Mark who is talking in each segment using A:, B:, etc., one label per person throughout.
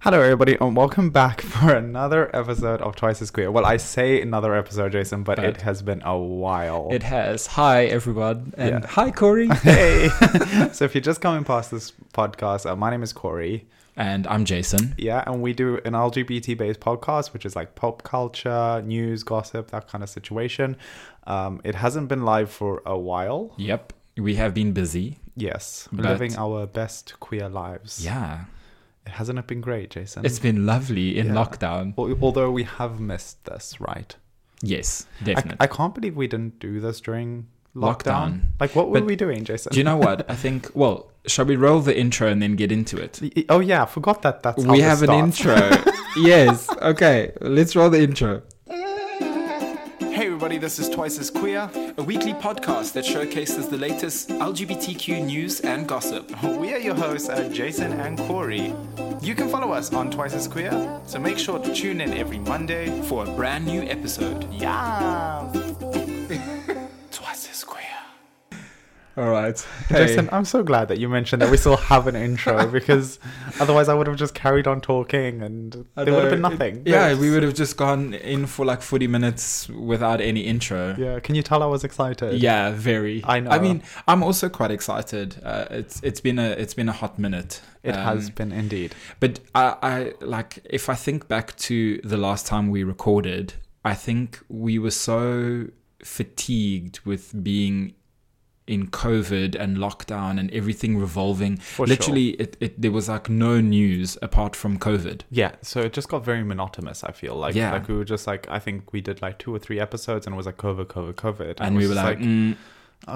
A: Hello, everybody, and welcome back for another episode of Twice as Queer. Well, I say another episode, Jason, but
B: But-
A: it has been a while.
B: It has. Hi, everyone. And
A: Yeah.
B: hi, Corey.
A: hey! so, if you're just coming past this podcast, uh, my name is Corey.
B: and I'm Jason.
A: Yeah, and we do an LGBT based podcast, which is like pop culture, news, gossip, that kind of situation. Um, it hasn't been live for a while.
B: Yep. We have been busy.
A: Yes,
B: But-
A: living our best queer lives.
B: Yeah.
A: It hasn't it been great, Jason?
B: It's been lovely in
A: Yeah.
B: lockdown.
A: Al- Although we have missed this, right?
B: Yes,
A: I,
B: definitely.
A: I can't believe we didn't do this during lockdown.
B: Lockdown.
A: Like, what were
B: But
A: we doing, Jason?
B: Do you know what? I think, well, shall we roll the intro and then get into it?
A: Y- y- oh yeah, I forgot that. That's how
B: we
A: this
B: have an
A: starts.
B: intro. yes. Okay. Let's roll the intro.
C: Hey everybody, this is Twice as Queer,
D: a weekly podcast that showcases the latest LGBTQ news and gossip.
C: We are your hosts, uh, Jason and Corey. You can follow us on Twice as Queer, so make sure to tune in every Monday.
D: For a brand new episode,
C: Yeah. Twice as Queer.
B: All right.
A: Jason, I'm so glad that you mentioned that we still have an intro because otherwise I would have just carried on talking and
B: I
A: there would have
B: know,
A: been
B: it-
A: nothing.
B: yeah,
A: Yes.
B: we would have just gone in for like 40 minutes without any intro.
A: Yeah, can you tell I was excited?
B: Yeah, very.
A: I know.
B: I mean, I'm also quite excited. Uh, it's it's been a it's been a hot minute.
A: It
B: Um,
A: has been indeed.
B: But I, I like if I think back to the last time we recorded, I think we were so fatigued with being in COVID and lockdown and everything revolving.
A: For sure.
B: Literally, it, it there was like no news apart from COVID.
A: Yeah, so it just got very monotonous, I feel like.
B: Yeah.
A: Like we were just like I think we did like two or three episodes and it was like COVID, COVID, COVID. And,
B: And
A: it
B: we
A: was
B: were
A: just
B: like, mm,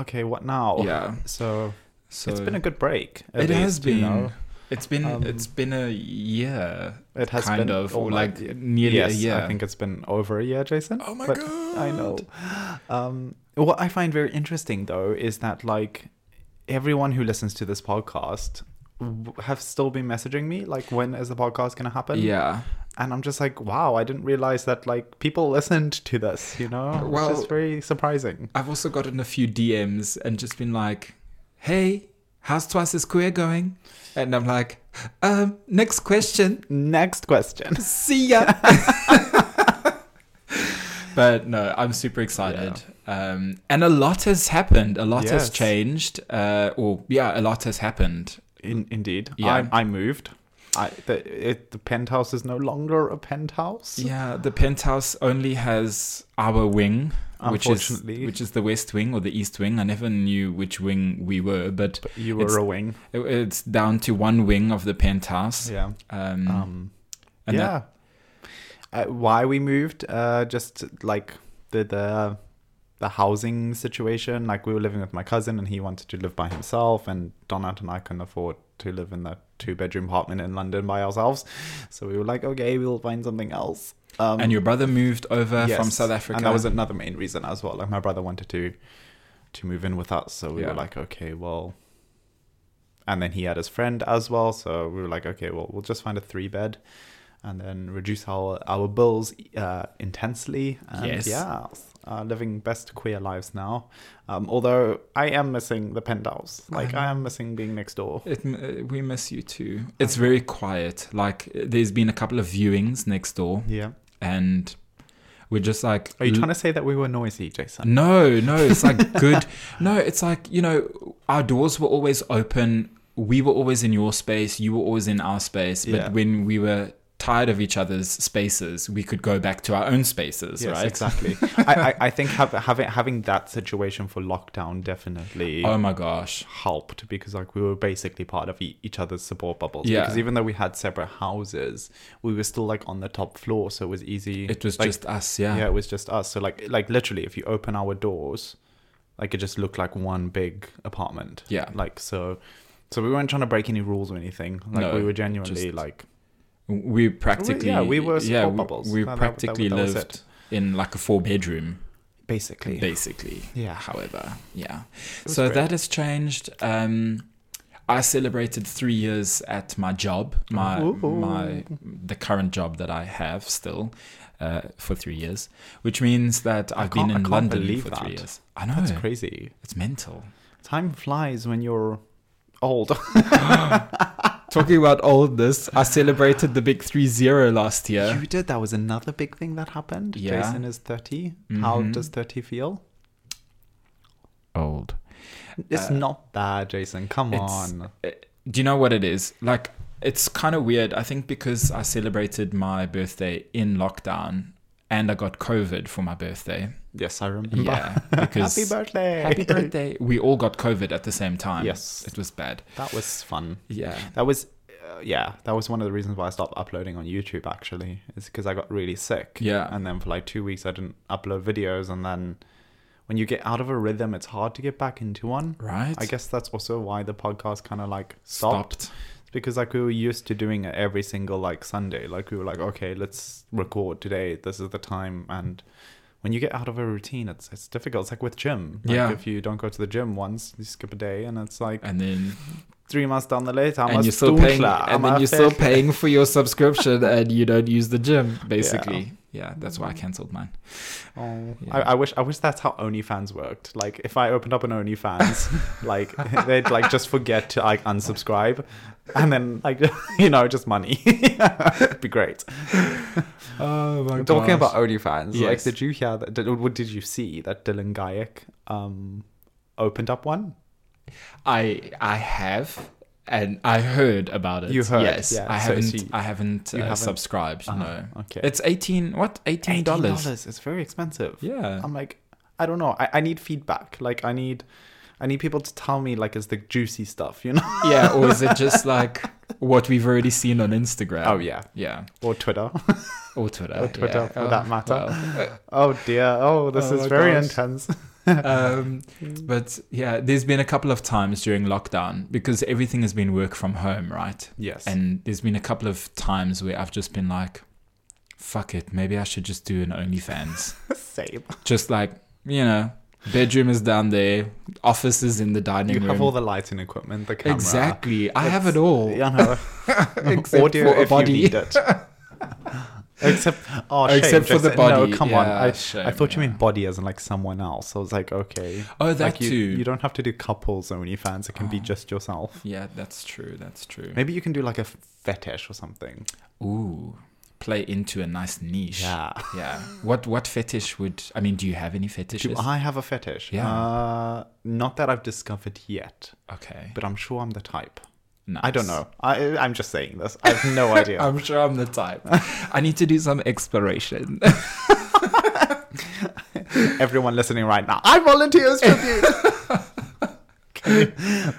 A: Okay, what now?
B: yeah.
A: So
B: So
A: it's been a good break. at
B: It has
A: least, you
B: been.
A: know.
B: It's been
A: Um,
B: it's been a year.
A: It has
B: kind
A: been
B: of or
A: almost-
B: like nearly
A: yes,
B: a year.
A: I think it's been over a year, Jason.
B: Oh my
A: But
B: god!
A: I know. Um, what I find very interesting though is that like everyone who listens to this podcast w- have still been messaging me like when is the podcast going to happen
B: Yeah.
A: and i'm just like wow i didn't realize that like people listened to this you know well,
B: Well-
A: which is very surprising
B: I've also gotten a few DMs and just been like, "Hey, how's Twice as Queer going?" And I'm like, "Um, next question.
A: next question
B: See ya." but no, I'm super excited. Um, and a lot has happened. A lot
A: Yes.
B: has changed. Uh, or yeah, a lot has happened.
A: In, indeed
B: Yeah.
A: I, I moved I, the, it, the penthouse is no longer a penthouse
B: Yeah, the penthouse only has our wing, which is
A: Unfortunately.
B: which is the west wing or the east wing. I never knew which wing we were, but
A: you were
B: It's-
A: a wing
B: it- it's down to one wing of the penthouse.
A: yeah
B: Um,
A: um
B: and
A: yeah. uh, why we moved? Uh, just like the the the housing situation. Like we were living with my cousin, and he wanted to live by himself, and Donat and I couldn't afford to live in that two bedroom apartment in London by ourselves. So we were like, okay, we'll find something else. Um,
B: that, and your brother moved over
A: yes.
B: Uh, from South Africa.
A: and that was another main reason as well. Like my brother wanted to to move in with us, so we
B: Yeah.
A: were like, okay, well. And then he had his friend as well, so we were like, okay, well, we'll just find a three bed, and then reduce our our bills uh, intensely. And
B: Yes.
A: yeah, uh, living best queer lives now. Um, although I am missing the penthouse, like I am missing being next door.
B: It, uh, we miss you too. It's very quiet. Like uh, there's been a couple of viewings next door,
A: Yeah.
B: and we're just like.
A: Are you trying to say that we were noisy, Jason?
B: No, no, it's like good. No, it's like, you know, our doors were always open. We were always in your space, you were always in our space. But
A: Yeah.
B: when we were tired of each other's spaces, we could go back to our own spaces,
A: Yes,
B: right?
A: exactly. I, I, I think have, having having that situation for lockdown definitely
B: Oh my gosh.
A: helped because like we were basically part of e- each other's support bubbles.
B: Yeah.
A: Because even though we had separate houses, we were still like on the top floor, so it was easy.
B: It was
A: like,
B: just us, yeah.
A: yeah, it was just us. So like like literally, if you open our doors, like it just looked like one big apartment.
B: Yeah.
A: Like so, so we weren't trying to break any rules or anything. Like
B: No,
A: we were genuinely
B: just-
A: like
B: We practically
A: yeah, we were
B: yeah,
A: support
B: we,
A: bubbles.
B: we
A: No, that- that-
B: practically
A: that was
B: lived
A: it.
B: in like a four bedroom
A: basically
B: basically.
A: Yeah.
B: However, yeah.
A: was
B: So
A: great.
B: that has changed. Um, I celebrated three years at my job, my
A: Ooh.
B: my the current job that I have still, uh, for three years, which means that I've been
A: can't- I
B: in
A: can't
B: London
A: believe
B: for three
A: that.
B: years. I know
A: That's crazy.
B: it's mental.
A: Time flies when you're old.
B: Talking about oldness, I celebrated the big three zero last year.
A: You did. That was another big thing that happened.
B: Yeah. Mm-hmm.
A: Jason is 30. How does 30 feel?
B: Old.
A: It's not that, Jason. Come
B: Uh, It's-
A: on.
B: uh, Do you know what it is? Like, it's kind of weird. I think because I celebrated my birthday in lockdown and I got COVID for my birthday.
A: Yes, I remember.
B: Yeah. Because
A: Happy birthday.
B: Happy birthday. We all got COVID at the same time.
A: Yes.
B: It was bad.
A: That was fun.
B: Yeah.
A: That was, uh, yeah, that was one of the reasons why I stopped uploading on YouTube. Actually, is because I got really sick.
B: Yeah.
A: and then for like two weeks I didn't upload videos, and then when you get out of a rhythm, it's hard to get back into one.
B: Right.
A: I guess that's also why the podcast kind of like stopped.
B: Stopped.
A: It's because like we were used to doing it every single like Sunday. Like we were like, okay, let's record today. This is the time. And when you get out of a routine, it's it's difficult. It's like with gym. Like
B: Yeah.
A: If you don't go to the gym once, you skip a day, and it's like
B: And then
A: three months down the lane, I'm a
B: and you're still paying
A: stootler, I'm
B: and then
A: a
B: you're still
A: fake-
B: paying for your subscription and you don't use the gym, basically. Yeah, that's why I cancelled mine.
A: Oh,
B: Yeah.
A: I, I wish I wish that's how OnlyFans worked. Like if I opened up an OnlyFans, like they'd like just forget to like unsubscribe, and then like you know just money. It'd be great.
B: Oh my god.
A: Talking about OnlyFans, like
B: Yes.
A: did you hear that? Did, what did you see that Dylan Gayak um opened up one?
B: I I have and I heard about it.
A: You heard,
B: Yes.
A: yeah.
B: I
A: So
B: haven't
A: she-
B: I haven't,
A: you
B: uh,
A: haven't-
B: subscribed.
A: Uh-huh,
B: No.
A: okay.
B: It's 18 what? $18.
A: It's very expensive.
B: Yeah.
A: I'm like, I don't know. I, I need feedback. Like I need, I need people to tell me like is the juicy stuff, you know?
B: yeah, or is it just like what we've already seen on Instagram?
A: Oh yeah,
B: Yeah.
A: or Twitter.
B: Or Twitter.
A: Or Twitter,
B: yeah.
A: for that matter.
B: well.
A: Oh dear. Oh, this
B: Oh
A: is
B: my
A: very
B: gosh.
A: intense.
B: um, but yeah, there's been a couple of times during lockdown because everything has been work from home, right?
A: Yes.
B: And there's been a couple of times where I've just been like, fuck it, maybe I should just do an OnlyFans.
A: Same.
B: just like, you know, bedroom is down there, office is in the dining
A: You
B: room.
A: have all the lighting equipment, the camera.
B: Exactly. I have
A: It's-
B: it all.
A: You know,
B: Except
A: audio
B: for a
A: if
B: body.
A: you need it. Except, oh, shame,
B: Except for the
A: Jason.
B: body.
A: No, come on.
B: Yeah,
A: I, I
B: shame,
A: thought you
B: yeah.
A: mean body as in like someone else. I was like, okay.
B: Oh, that
A: like you,
B: too. Oh.
A: You don't have to do couples only fans. It can be just yourself.
B: Yeah, that's true. That's true.
A: Maybe you can do like a f- fetish or something.
B: Ooh, play into a nice niche.
A: Yeah.
B: Yeah. What what fetish would I mean? Do you have any fetishes?
A: Do I have a fetish?
B: Yeah.
A: Uh, not that I've discovered yet,
B: Okay.
A: but I'm sure I'm the type.
B: Nice.
A: I don't know. I, I'm just saying this. I have no idea.
B: I'm sure I'm the type. I need to do some exploration.
A: Everyone listening right now, I volunteer as tribute.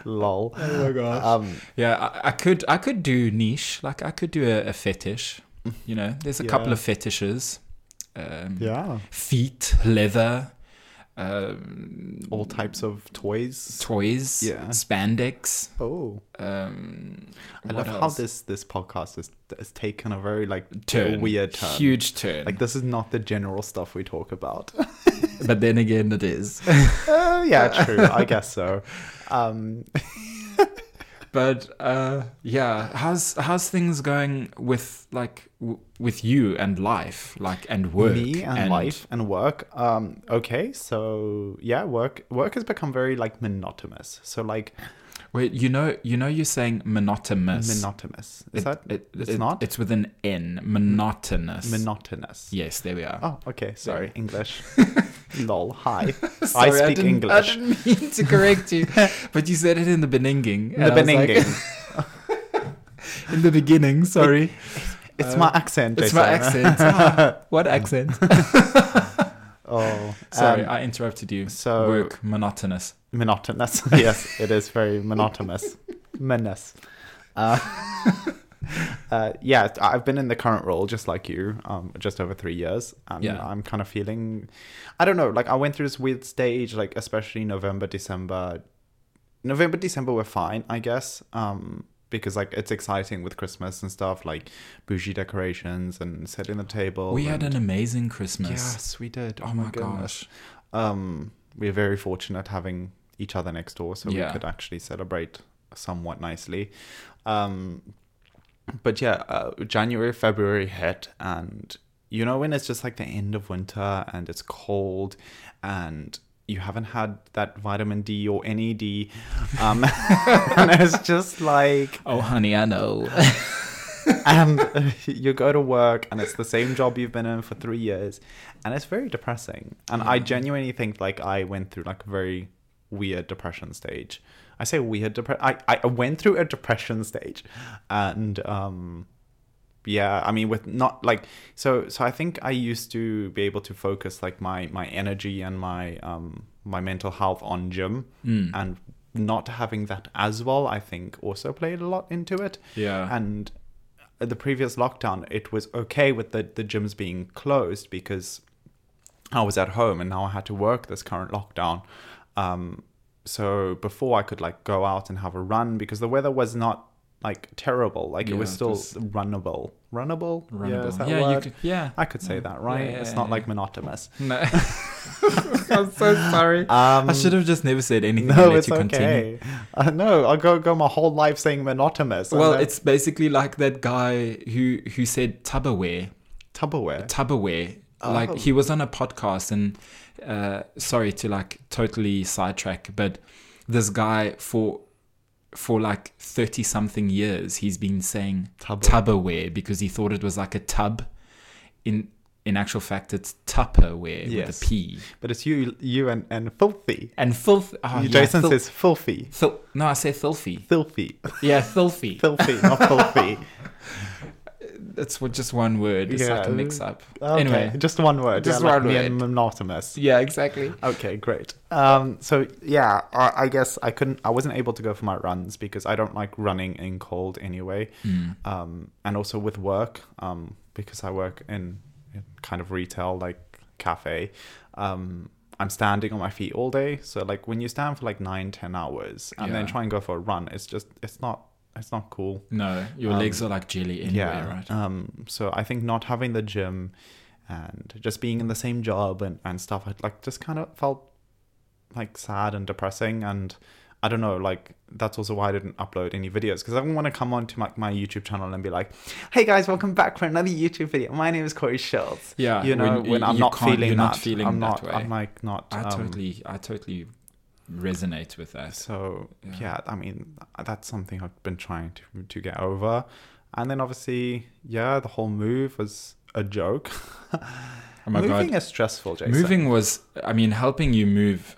A: Lol. Oh my gosh. Um,
B: yeah, I, I could I could do niche. Like I could do a, a fetish. You know, there's a couple
A: Mm. Yeah.
B: of fetishes. Um,
A: yeah.
B: Feet, leather, um,
A: All types of toys.
B: toys,
A: Yeah.
B: spandex.
A: oh,
B: Um,
A: I
B: what
A: love how
B: else?
A: this this podcast has, has taken a very like
B: turn
A: weird turn.
B: huge turn.
A: Like this is not the general stuff we talk about.
B: but then again, it is.
A: Uh, yeah, true. I guess so. Um,
B: but uh yeah how's how's things going with like w- with you and life like and work
A: me and, life and work um okay so yeah work work has become very like monotonous so like
B: wait you know you know you're saying monotonous
A: monotonous is
B: It-
A: that
B: it-
A: it's
B: it-
A: not
B: it's with an n monotonous
A: monotonous
B: yes there we are
A: oh okay sorry
B: Sorry.
A: english lol hi
B: Sorry,
A: i speak
B: didn't- i
A: english
B: didn't mean to correct you but you said it in the beninging
A: the
B: and I was like-
A: beninging
B: in the beginning sorry
A: it's my accent
B: Uh, it's my
A: Jason.
B: accent Ah, what accent
A: Um, oh
B: sorry
A: um,
B: i interrupted you
A: so-
B: work monotonous
A: monotonous. yes, it is very monotonous. Menace. Uh, uh, yeah, I've been in the current role just like you, um, just over three years, and
B: Yeah.
A: I'm kind of feeling, I don't know, like I went through this weird stage, like especially November, December. November, December were fine, I guess, um, because like it's exciting with Christmas and stuff, like bougie decorations and setting the table.
B: we had
A: and-
B: an amazing christmas
A: Yes, we did.
B: Oh my
A: goodness.
B: gosh.
A: Um, we're very fortunate having each other next door, so
B: Yeah.
A: we could actually celebrate somewhat nicely. Um, but yeah, uh, January, February hit, and you know when it's just like the end of winter and it's cold, and you haven't had that vitamin D or any D. Um, and it's just like,
B: Oh, honey, I know.
A: and uh, you go to work and it's the same job you've been in for three years. And it's very depressing. And I genuinely think like I went through like a very weird depression stage. I say weird depression. I, I went through a depression stage and, um, yeah i mean with not like so so i think i used to be able to focus like my my energy and my um my mental health on gym and not having that as well i think also played a lot into it
B: Yeah.
A: and at the previous lockdown it was okay with the the gyms being closed because I was at home and now I had to work this current lockdown. Um, so before I could like go out and have a run because the weather was not like terrible, like
B: Yeah,
A: it was
B: it
A: still
B: was-
A: runnable, runnable, Yeah, is
B: Runnable.
A: that
B: Yeah, you
A: word?
B: could- yeah.
A: I could say that, right?
B: Yeah,
A: it's
B: yeah,
A: not
B: yeah.
A: like monotonous. Um,
B: No. I'm so sorry. I should have just never said anything. and
A: No,
B: let
A: it's
B: you continue.
A: okay. Uh, no, I'll go go my whole life saying monotonous. and uh,
B: Well,
A: then
B: it's basically like that guy who who said Tupperware.
A: Tupperware.
B: Tupperware. Like
A: Oh.
B: he was on a podcast and uh, sorry to like totally sidetrack, but this guy for for like thirty something years he's been saying
A: Tupperware.
B: Tupperware because he thought it was like a tub. In in actual fact, it's Tupperware
A: Yes.
B: with a P.
A: but it's you, you and and filthy.
B: And filth. Oh,
A: You-
B: yeah,
A: Jason
B: filth-
A: says filthy,
B: Thil- no, I say filthy.
A: filthy,
B: Yeah, filthy.
A: filthy, not filthy.
B: That's what just one word. It's like a
A: Yeah.
B: mix up.
A: Okay,
B: Anyway.
A: just one word.
B: Just
A: yeah, like
B: one
A: me and
B: word.
A: monotonous.
B: Yeah, exactly.
A: Okay, great. Um, so yeah, I, I guess I couldn't. I wasn't able to go for my runs because I don't like running in cold anyway.
B: Hmm.
A: Um, and also with work, um, because I work in, in kind of retail like cafe. Um, I'm standing on my feet all day. So like when you stand for like nine, ten hours, and then
B: Yeah.
A: try and go for a run, it's just it's not it's not cool.
B: No, your legs are like jelly anyway, right?
A: Um, so I think not having the gym and just being in the same job and, and stuff, I like just kind of felt like sad and depressing. And I don't know, like that's also why I didn't upload any videos because I didn't want to come onto my, my YouTube channel and be like, hey guys, welcome back for another YouTube video. My name is Corey Schultz.
B: Yeah,
A: You know, when,
B: when
A: I'm
B: you
A: not
B: can't-
A: feeling
B: you're
A: that.
B: not feeling
A: I'm
B: that
A: not,
B: way.
A: I'm like not.
B: I
A: um,
B: totally, I totally resonate with that.
A: so yeah. I mean that's something I've been trying to to get over, and then obviously yeah, the whole move was a joke.
B: Oh my
A: Moving
B: god,
A: is stressful, Jason.
B: moving was. I mean, helping you move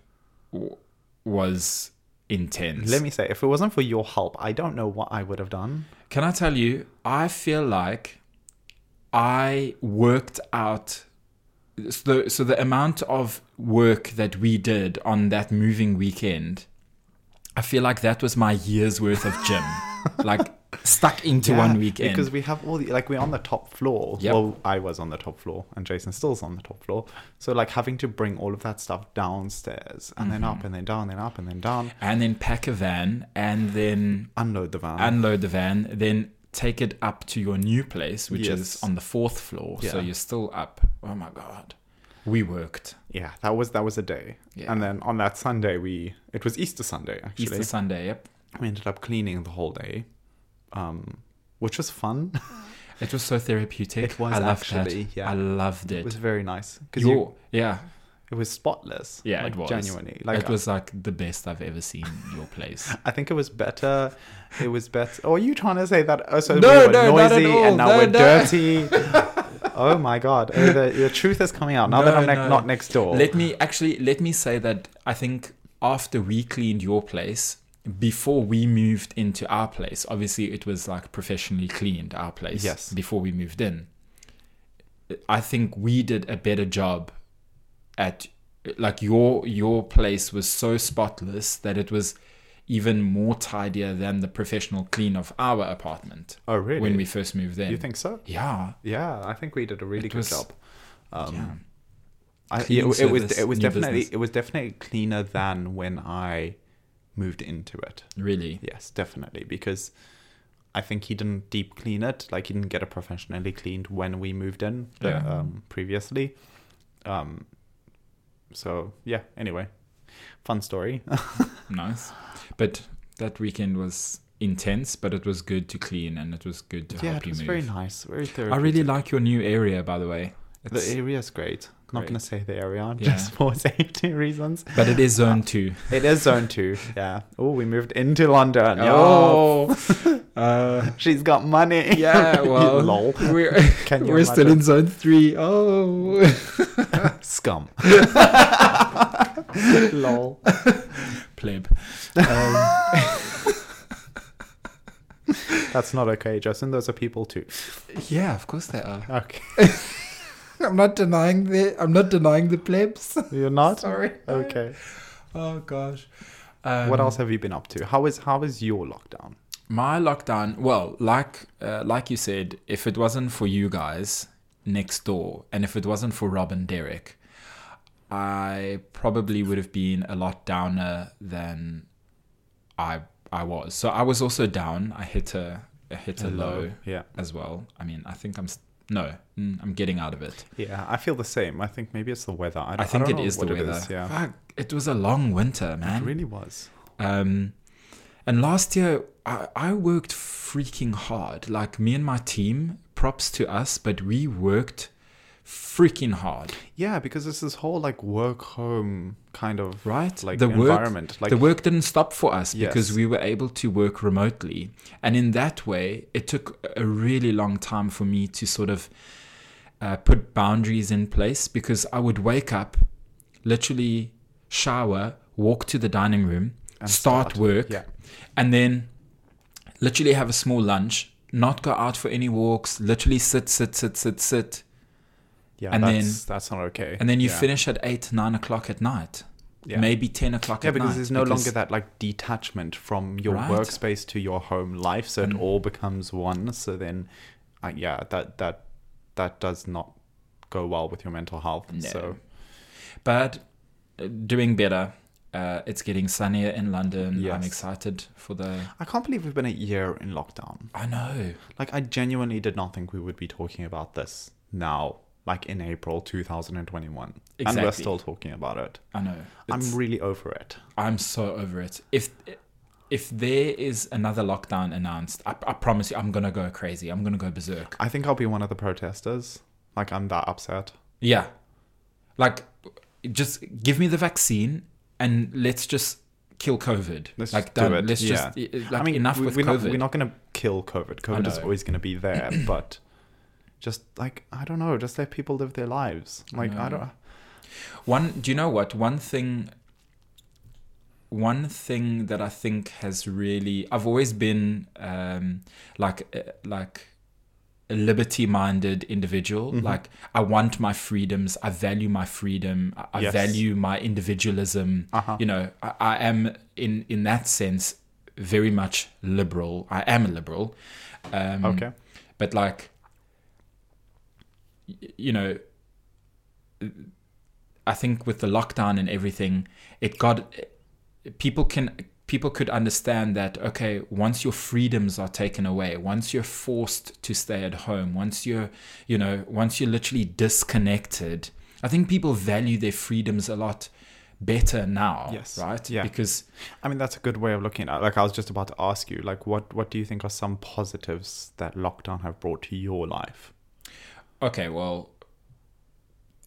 B: w- was intense.
A: Let me say, if it wasn't for your help, I don't know what I would have done.
B: Can I tell you? I feel like I worked out. So the, so the amount of work that we did on that moving weekend, I feel like that was my year's worth of gym, like stuck into one
A: Yeah,
B: weekend.
A: because we have all the like we're on the top floor.
B: Yep.
A: Well, I was on the top floor, and Jason still's on the top floor. So like having to bring all of that stuff downstairs and then
B: Mm-hmm.
A: up and then down, then up and then down,
B: and then pack a van and then
A: unload the van.
B: unload the van, then take it up to your new place, which
A: Yes.
B: is on the fourth floor. So
A: Yeah.
B: you're still up. Oh my God. We worked.
A: yeah, that was that was a day.
B: Yeah.
A: And then on that Sunday, we it was Easter Sunday actually.
B: Easter Sunday, yep.
A: we ended up cleaning the whole day, um, which was fun.
B: It was so therapeutic.
A: It was
B: I loved
A: actually,
B: that.
A: yeah.
B: I loved it.
A: it was very nice because
B: Your- yeah,
A: it was spotless.
B: yeah,
A: like,
B: it was
A: genuinely like
B: it was like the best I've ever seen your place.
A: I think it was better. It was better. Oh, are you trying to say that? Oh, so
B: No,
A: we were
B: no, not at
A: noisy
B: all.
A: and now
B: No,
A: we're
B: no.
A: dirty. oh my god, oh, the, the truth is coming out now that
B: No,
A: I'm ne-
B: no.
A: not next door.
B: Let me actually let me say that I think after we cleaned your place, before we moved into our place, obviously it was like professionally cleaned our place.
A: Yes.
B: Before we moved in, I think we did a better job at like your your place was so spotless that it was even more tidier than the professional clean of our apartment.
A: Oh, really?
B: When we first moved in.
A: you think so?
B: Yeah.
A: Yeah, I think we did a really good
B: was-
A: job. Um,
B: yeah.
A: I, it,
B: Clean
A: it was
B: service,
A: it was
B: new
A: definitely
B: business.
A: it was definitely cleaner than when I moved into it.
B: Really.
A: Yes, definitely. Because I think he didn't deep clean it. Like he didn't get it professionally cleaned when we moved in but,
B: Yeah.
A: um, previously. Um, so yeah. Anyway, fun story.
B: Nice. But that weekend was intense, but it was good to clean and it was good to
A: yeah,
B: help
A: it was
B: you
A: very
B: move.
A: nice. Very
B: I
A: thorough.
B: really like your new area, by the way.
A: The
B: It's,
A: area's great. not going to
B: Great.
A: say the area
B: Yeah.
A: just for safety reasons.
B: But it is zone two.
A: It is zone two. Yeah. Oh, we moved into London. Oh,
B: Oh. uh,
A: she's got money.
B: yeah, well.
A: Lol.
B: We're,
A: Can you
B: we're still in zone three. Oh.
A: scum. Lol.
B: Pleb. Um,
A: That's not okay, Justin. Those are people too.
B: yeah, of course they are.
A: Okay.
B: I'm not denying the I'm not denying the plebs.
A: You're not?
B: Sorry.
A: Okay.
B: Oh gosh. Um,
A: what else have you been up to? How is how is your lockdown?
B: My lockdown. Well, like uh, like you said, if it wasn't for you guys next door, and if it wasn't for Rob and Derek, I probably would have been a lot downer than I I was. So I was also down. I hit a, I hit a low
A: Yeah.
B: as well. I mean, I think I'm s- no, mm, I'm getting out of it.
A: Yeah, I feel the same. I think maybe it's the weather. I,
B: I think
A: I
B: it
A: don't know
B: is the
A: what
B: weather.
A: It is, yeah.
B: Fuck, it was a long winter, man.
A: It really was.
B: Um, and last year, I, I worked freaking hard. Like me and my team, props to us, but we worked freaking hard,
A: Yeah, because it's this whole like work home kind of
B: right?
A: like
B: the work,
A: environment. like
B: the work didn't stop for us because
A: Yes.
B: we were able to work remotely, and in that way, it took a really long time for me to sort of uh, put boundaries in place because I would wake up, literally shower, walk to the dining room, start,
A: start.
B: work,
A: Yeah.
B: and then literally have a small lunch, not go out for any walks, literally sit, sit, sit, sit, sit.
A: yeah,
B: and
A: that's,
B: then-
A: that's not okay.
B: And then you
A: Yeah.
B: finish at eight, nine o'clock at night.
A: Yeah.
B: Maybe 10 o'clock
A: Yeah,
B: at night.
A: because there's no longer that like detachment from your
B: Right.
A: workspace to your home life, so it all becomes one. So then, uh, yeah, that that that does not go well with your mental health. So
B: But uh, doing better. Uh, it's getting sunnier in London. I'm
A: Yes.
B: excited for the.
A: I can't believe we've been a year in lockdown.
B: I know.
A: Like, I genuinely did not think we would be talking about this now, like in April 2021, and we're
B: Exactly.
A: still talking about it.
B: I know. It's-
A: I'm really over it.
B: I'm so over it. If if there is another lockdown announced, I, I promise you, I'm gonna go crazy. I'm gonna go berserk.
A: I think I'll be one of the protesters. Like, I'm that upset.
B: Yeah, like just give me the vaccine and let's just kill COVID.
A: Let's
B: like
A: just do it.
B: Let's
A: yeah.
B: just i- i- like enough
A: we-
B: with
A: we're
B: COVID.
A: Not, we're not going to kill COVID. COVID is
B: know.
A: always going to be there, but just like I don't know, just let people live their lives. Like I don't.
B: One, do you know what? One thing. One thing that I think has really, I've always been um, like uh, like a liberty-minded individual.
A: Mm-hmm.
B: Like I want my freedoms. I value my freedom. I, I
A: Yes.
B: value my individualism.
A: Uh-huh.
B: You know, I, I am in in that sense very much liberal. I am a liberal. Um,
A: Okay.
B: but like y- you know i think with the lockdown and everything it got people can people could understand that okay once your freedoms are taken away once you're forced to stay at home once you're you know once you're literally disconnected i think people value their freedoms a lot better now
A: Yes.
B: right
A: Yeah.
B: because
A: I mean, that's a good way of looking at. it. Like I was just about to ask you, like what what do you think are some positives that lockdown have brought to your life?
B: Okay, well,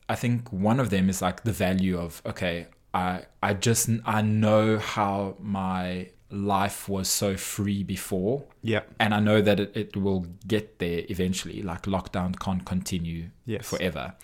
B: I think one of them is like the value of okay, I I just I know how my life was so free before,
A: Yeah.
B: and I know that it, it will get there eventually. Like lockdown can't continue
A: Yes.
B: forever.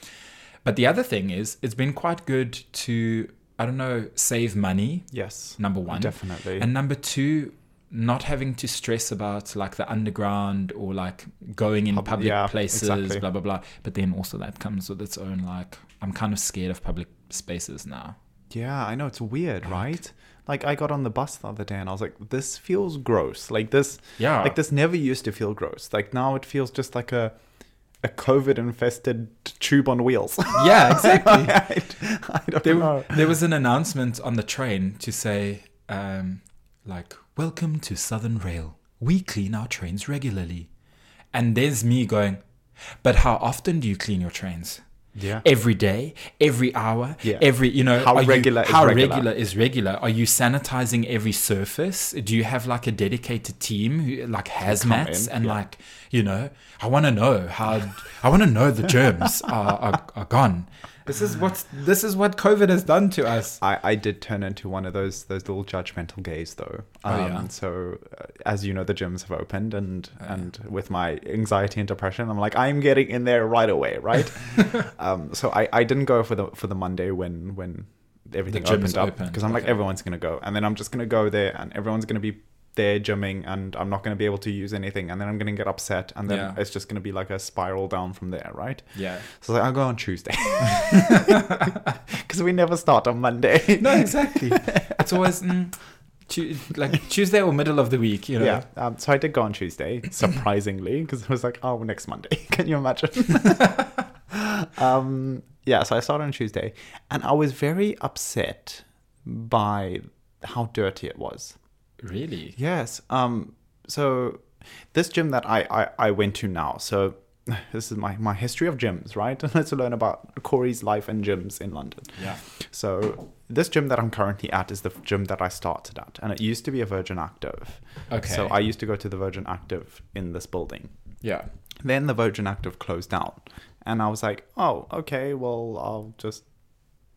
B: But the other thing is, it's been quite good to I don't know save money
A: Yes.
B: number one
A: Definitely.
B: and number two not having to stress about like the underground or like going in public
A: yeah,
B: places
A: exactly.
B: blah blah blah but then also that comes with its own like i'm kind of scared of public spaces now
A: Yeah, I know it's weird, right? Like I got on the bus the other day and I was like, this feels gross. Like this
B: Yeah.
A: Like this never used to feel gross. Like now it feels just like a a COVID infested tube on wheels.
B: yeah exactly
A: I, don't know.
B: there was an announcement on the train to say um, like welcome to southern rail we clean our trains regularly and there's me going but how often do you clean your trains
A: Yeah.
B: every day every hour
A: Yeah.
B: every you know
A: How
B: are you-
A: regular is
B: how
A: regular?
B: regular is regular are you sanitizing every surface do you have like a dedicated team who like hazmats
A: in,
B: and
A: yeah.
B: like you know i want to know how i want to know the germs are, are, are gone This is what this is what COVID has done to us.
A: I, I did turn into one of those those little judgmental gays though. Um,
B: Oh, yeah. Oh,
A: So uh, as you know, the gyms have opened, and and with my anxiety and depression, I'm like, I'm getting in there right away, right? um, so I, I didn't go for the for the Monday when when everything
B: gyms
A: opened up
B: opened,
A: because I'm like
B: okay.
A: everyone's gonna go, and then I'm just gonna go there, and everyone's gonna be there gymming, and I'm not gonna be able to use anything, and then I'm gonna get upset, and then
B: Yeah.
A: it's just gonna be like a spiral down from there, right?
B: Yeah.
A: So I was like, I'll go on Tuesday. Because we never start on Monday.
B: No, exactly. it's always mm, tu- like Tuesday or middle of the week. You know.
A: Yeah. Um, so I did go on Tuesday, surprisingly, because I was like, oh, next Monday. Can you imagine? um, yeah, so I started on Tuesday, and I was very upset by how dirty it was.
B: Really.
A: Yes. Um, so this gym that I, I, I went to now, so this is my, my history of gyms, right? Let's learn about Corey's life and gyms in London.
B: Yeah.
A: So this gym that I'm currently at is the gym that I started at, and it used to be a Virgin Active.
B: Okay.
A: So I used to go to the Virgin Active in this building.
B: Yeah.
A: Then the Virgin Active closed down, and I was like, oh, okay, well, I'll just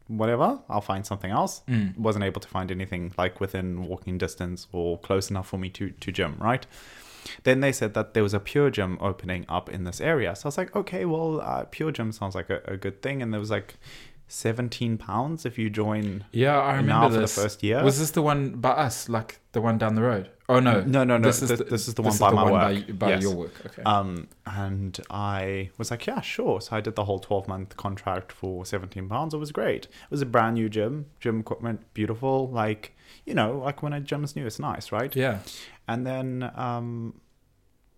A: whatever. I'll find something else.
B: Mm.
A: Wasn't able to find anything like within walking distance or close enough for me to to gym, right? Then they said that there was a Pure Gym opening up in this area. So I was like, okay, well, uh, Pure Gym sounds like a, a good thing. And there was like 17 pounds if you join.
B: Yeah, I
A: An
B: remember
A: hour for the
B: this.
A: first year?
B: Was this the one by us, like the one down the road? Oh no,
A: No, no, no, th- this is the one by my work.
B: By, by
A: Yes.
B: your work. Okay.
A: Um, and I was like, yeah, sure. So I did the whole 12 month contract for 17 pounds. It was great. It was a brand new gym, gym equipment, beautiful. Like, you know, like when a gym's new, it's nice, right?
B: yeah.
A: And then um,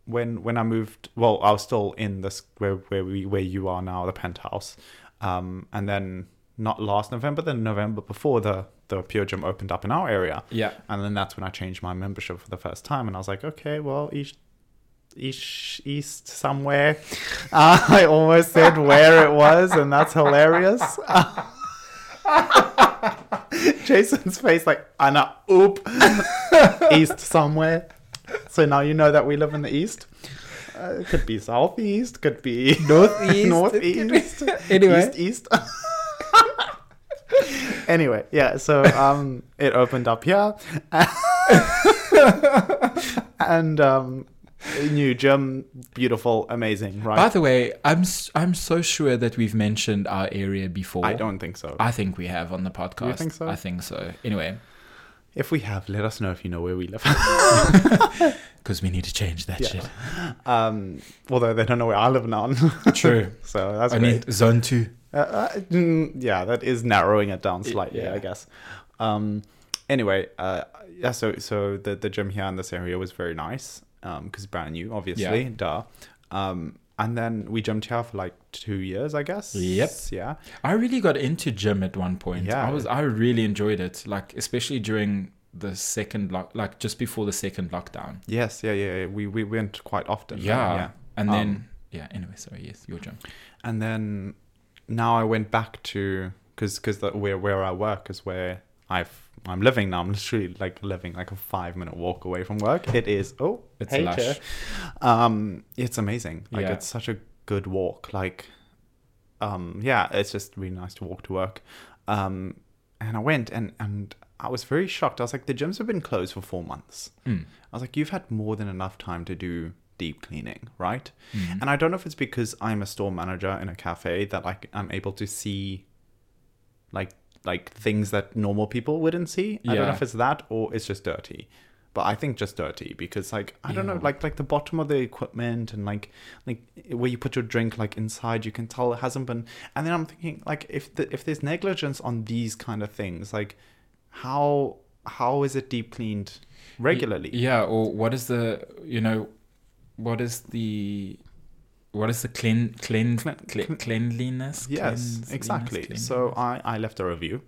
A: when when I moved, well, I was still in this where where we where you are now, the penthouse. Um, and then not last November, then November before the the Pure Gym opened up in our area.
B: Yeah.
A: And then that's when I changed my membership for the first time, and I was like, okay, well, each. East, east somewhere. Uh, I almost said where it was, and that's hilarious. Jason's face, like, Anna, oop east somewhere. So now you know that we live in the east. Uh, it could be southeast, could be
B: Northeast,
A: northeast,
B: Anyway.
A: east, east. anyway, yeah. So um, it opened up here, and um, new gym, beautiful, amazing,
B: By
A: right?
B: the way, I'm s- I'm so sure that we've mentioned our area before.
A: I don't think so.
B: I think we have on the podcast.
A: think so?
B: I think so. Anyway,
A: If we have, let us know if you know where we live.
B: because we need to change that shit.
A: um, although they don't know where I live now,
B: True.
A: so that's
B: I
A: great.
B: need zone two.
A: Uh, uh, mm, yeah, that is narrowing it down slightly,
B: yeah.
A: I guess. Um, anyway, uh, yeah, so so the the gym here in this area was very nice because brand new, obviously,
B: Yeah.
A: duh. Um, and then we jumped here for like two years, I guess.
B: Yep.
A: Yeah.
B: I really got into gym at one point.
A: Yeah.
B: I was I really enjoyed it. Like especially during the second lock like just before the second lockdown.
A: Yes. Yeah. Yeah. yeah. We we went quite often.
B: Yeah. And
A: Um,
B: then yeah, anyway, sorry, yes, your gym.
A: and then now I went back to because because where where I work is where I've I'm living now. I'm literally like living like a five minute walk away from work. It is oh
B: It's
A: hey,
B: lush.
A: chair. Um, it's amazing. Like
B: Yeah.
A: it's such a good walk. Like, um, yeah, it's just really nice to walk to work. Um, and I went and and I was very shocked. I was like, the gyms have been closed for four months. I was like, you've had more than enough time to do deep cleaning, right?
B: Mm-hmm.
A: And I don't know if it's because I'm a store manager in a cafe that like I'm able to see, like like things that normal people wouldn't see. I don't know
B: Yeah.
A: if it's that or it's just dirty. But I think just dirty because like I don't know like like the bottom of the equipment and like like where you put your drink like inside you can tell it hasn't been and then I'm thinking like if the, if there's negligence on these kind of things like how how is it deep cleaned regularly
B: Yeah, or what is the you know what is the what is the clean clean,
A: Clean-
B: cle-
A: clean-
B: cleanliness?
A: Yes,
B: Cleanliness?
A: exactly.
B: Clean-
A: So I, I left a review.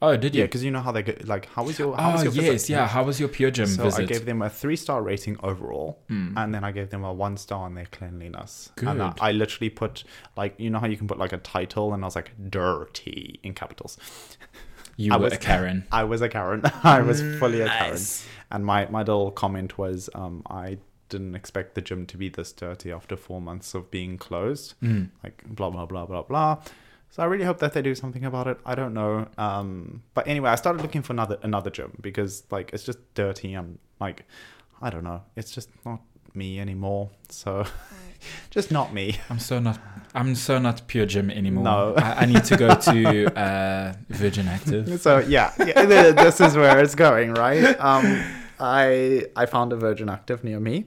B: Oh, did
A: Yeah,
B: you?
A: because you know how they get like how was your how
B: oh,
A: was your
B: yes,
A: visit?
B: yeah. How was your pure gym
A: So
B: visit? Mm.
A: I gave them a three star rating overall, and then I gave them a one star on their cleanliness. And I,
B: Good.
A: I literally put like you know how you can put like a title, and I was like dirty in capitals.
B: you
A: I
B: were
A: was-
B: a Karen.
A: I was a Karen. I was fully a Karen. And my, my little comment was um, I didn't expect the
B: Mm.
A: gym to be this dirty after four months of being closed. Like, blah, blah, blah, blah, blah. So I really hope that they do something about it. I don't know. Um, but anyway, I started looking for another another gym because like it's just dirty and like I don't know. It's just not me anymore. So just not me.
B: I'm so not. I'm so not pure gym anymore.
A: No.
B: I, I need to go to uh, Virgin Active.
A: So yeah, yeah th- this is where it's going, right? Um, I I found a Virgin Active near me,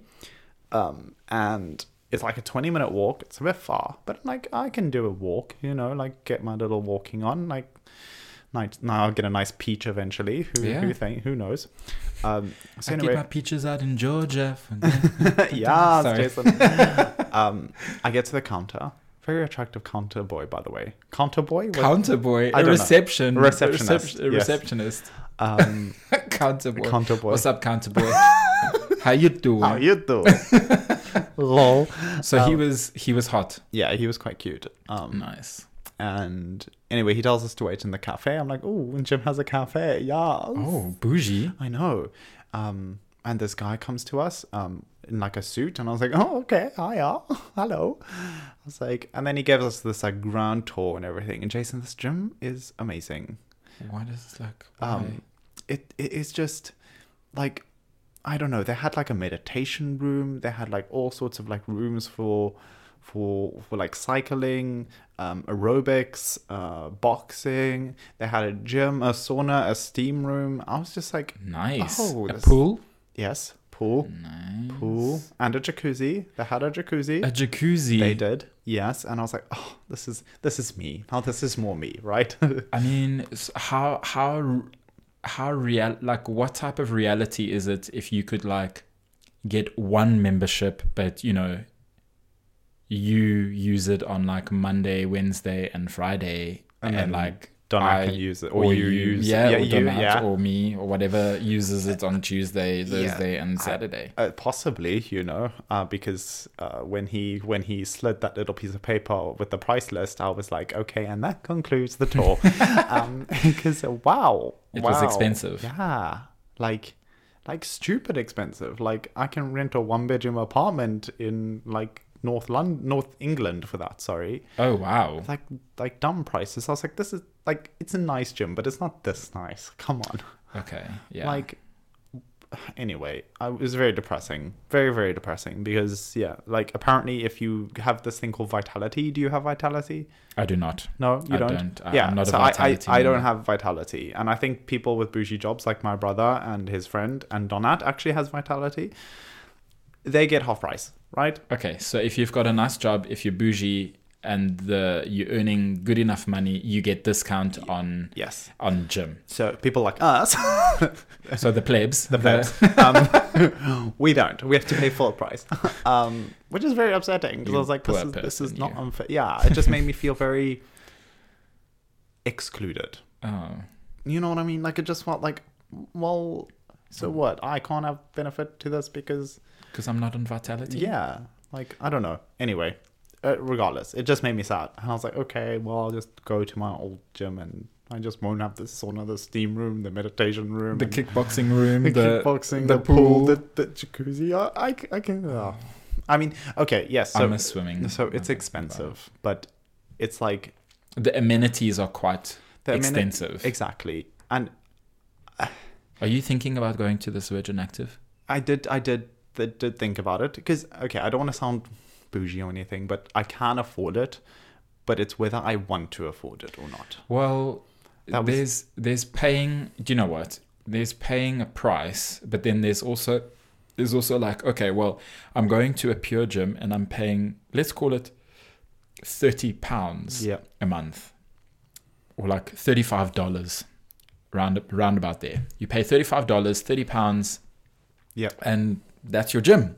A: um, and it's like a twenty minute walk. It's a bit far, but like I can do a walk, you know, like get my little walking on. Like, nice, now I'll get a nice peach eventually. Who
B: Yeah.
A: who think who knows? Um, so
B: I
A: anyway,
B: get my peaches out in Georgia. For
A: yes,
B: Sorry.
A: Jason. um, I get to the counter. Very attractive counter boy, by the way. Counter boy. was-
B: counter boy,
A: I
B: a
A: don't know.
B: reception,
A: Receptionist,
B: recep- a
A: yes.
B: receptionist,
A: um,
B: counter boy.
A: Counter boy.
B: What's up, counter boy? How um, you doing?
A: how you do? Lol.
B: so he was he was hot.
A: Yeah, he was quite cute. Um,
B: oh, Nice.
A: And anyway, he tells us to wait in the cafe. I'm like, oh, and Jim has a cafe. Yeah.
B: Oh, bougie.
A: I know. Um, and this guy comes to us um, in like a suit, and I was like, oh, okay, hiya, hello. I was like, and then he gave us this like grand tour and everything. And Jason, this gym is amazing.
B: Why does it like?
A: Um, it it is just like I don't know. They had like a meditation room. They had like all sorts of like rooms for for for like cycling, um, aerobics, uh, boxing. They had a gym, a sauna, a steam room. I was just like,
B: why? nice.
A: oh,
B: a
A: this-
B: pool.
A: yes, pool,
B: Nice.
A: pool, and a jacuzzi. They had a jacuzzi.
B: A jacuzzi.
A: they did, yes. And I was like, oh, this is this is me. Now this is more me, right?
B: I mean, s- how how how real like what type of reality is it if you could like get one membership, but you know, you use it on like Monday, Wednesday, and Friday,
A: And
B: and,
A: then
B: like.
A: Donna can use it, or you use-
B: yeah,
A: yeah,
B: or
A: you-
B: Donat
A: yeah.
B: or me, or whatever uses it on Tuesday, Thursday, and Saturday.
A: Uh, possibly, you know, uh, because uh, when he when he slid that little piece of paper with the price list, I was like, okay, and that concludes the tour. Because wow,
B: It was
A: wow.
B: expensive.
A: Yeah, like like stupid expensive. Like I can rent a one bedroom apartment in like North London, North England for that. Sorry,
B: Oh wow!
A: like like dumb prices. I was like, this is like it's a nice gym, but it's not this nice. Come on.
B: Okay, yeah.
A: Like, anyway, I it was very depressing. Very, very depressing because, yeah, like, apparently, if you have this thing called vitality, do you have vitality?
B: I do not.
A: No, you
B: I
A: don't.
B: don't. I-
A: yeah,
B: I'm not a
A: so I-
B: vitality
A: I, I, don't
B: member.
A: have vitality, and I think people with bougie jobs, like my brother and his friend, and Donat actually has vitality. They get half price, right?
B: Okay, so if you've got a nice job, if you're bougie and the you're earning good enough money, you get discount on
A: Yes.
B: on gym.
A: So people like us,
B: So the plebs, the
A: plebs. Um, we don't. We have to pay full price, um, which is very upsetting because I
B: You
A: was like, this
B: poor
A: is, this is
B: person,
A: not
B: you.
A: unfair. Yeah, it just made me feel very excluded.
B: oh,
A: You know what I mean? Like, it just felt like, well, so
B: Hmm.
A: what? I can't have benefit to this because,
B: because I'm not on vitality.
A: yeah, like, I don't know. Anyway, uh, regardless, it just made me sad. And I was like, okay, well, I'll just go to my old gym and I just won't have this sauna, the steam room, the meditation room.
B: The
A: and-
B: kickboxing room,
A: the,
B: the,
A: kickboxing, the, pool, the, the jacuzzi. I, I, I can. oh. I mean, okay, yes. So,
B: I miss swimming.
A: so it's
B: Okay.
A: expensive, but it's like
B: The amenities are quite
A: the amount of-
B: extensive.
A: exactly. And
B: are you thinking about going to this Virgin Active?
A: I did, I did, th- did think about it because okay, I don't want to sound bougie or anything, but I can afford it. But it's whether I want to afford it or not.
B: Well,
A: That was-
B: there's there's paying. Do you know what? There's paying a price, but then there's also there's also like okay, well, I'm going to a pure gym and I'm paying let's call it thirty pounds
A: Yeah.
B: a month, or like thirty five dollars, round round about there. You pay thirty five dollars, thirty pounds,
A: Yeah.
B: and that's your gym.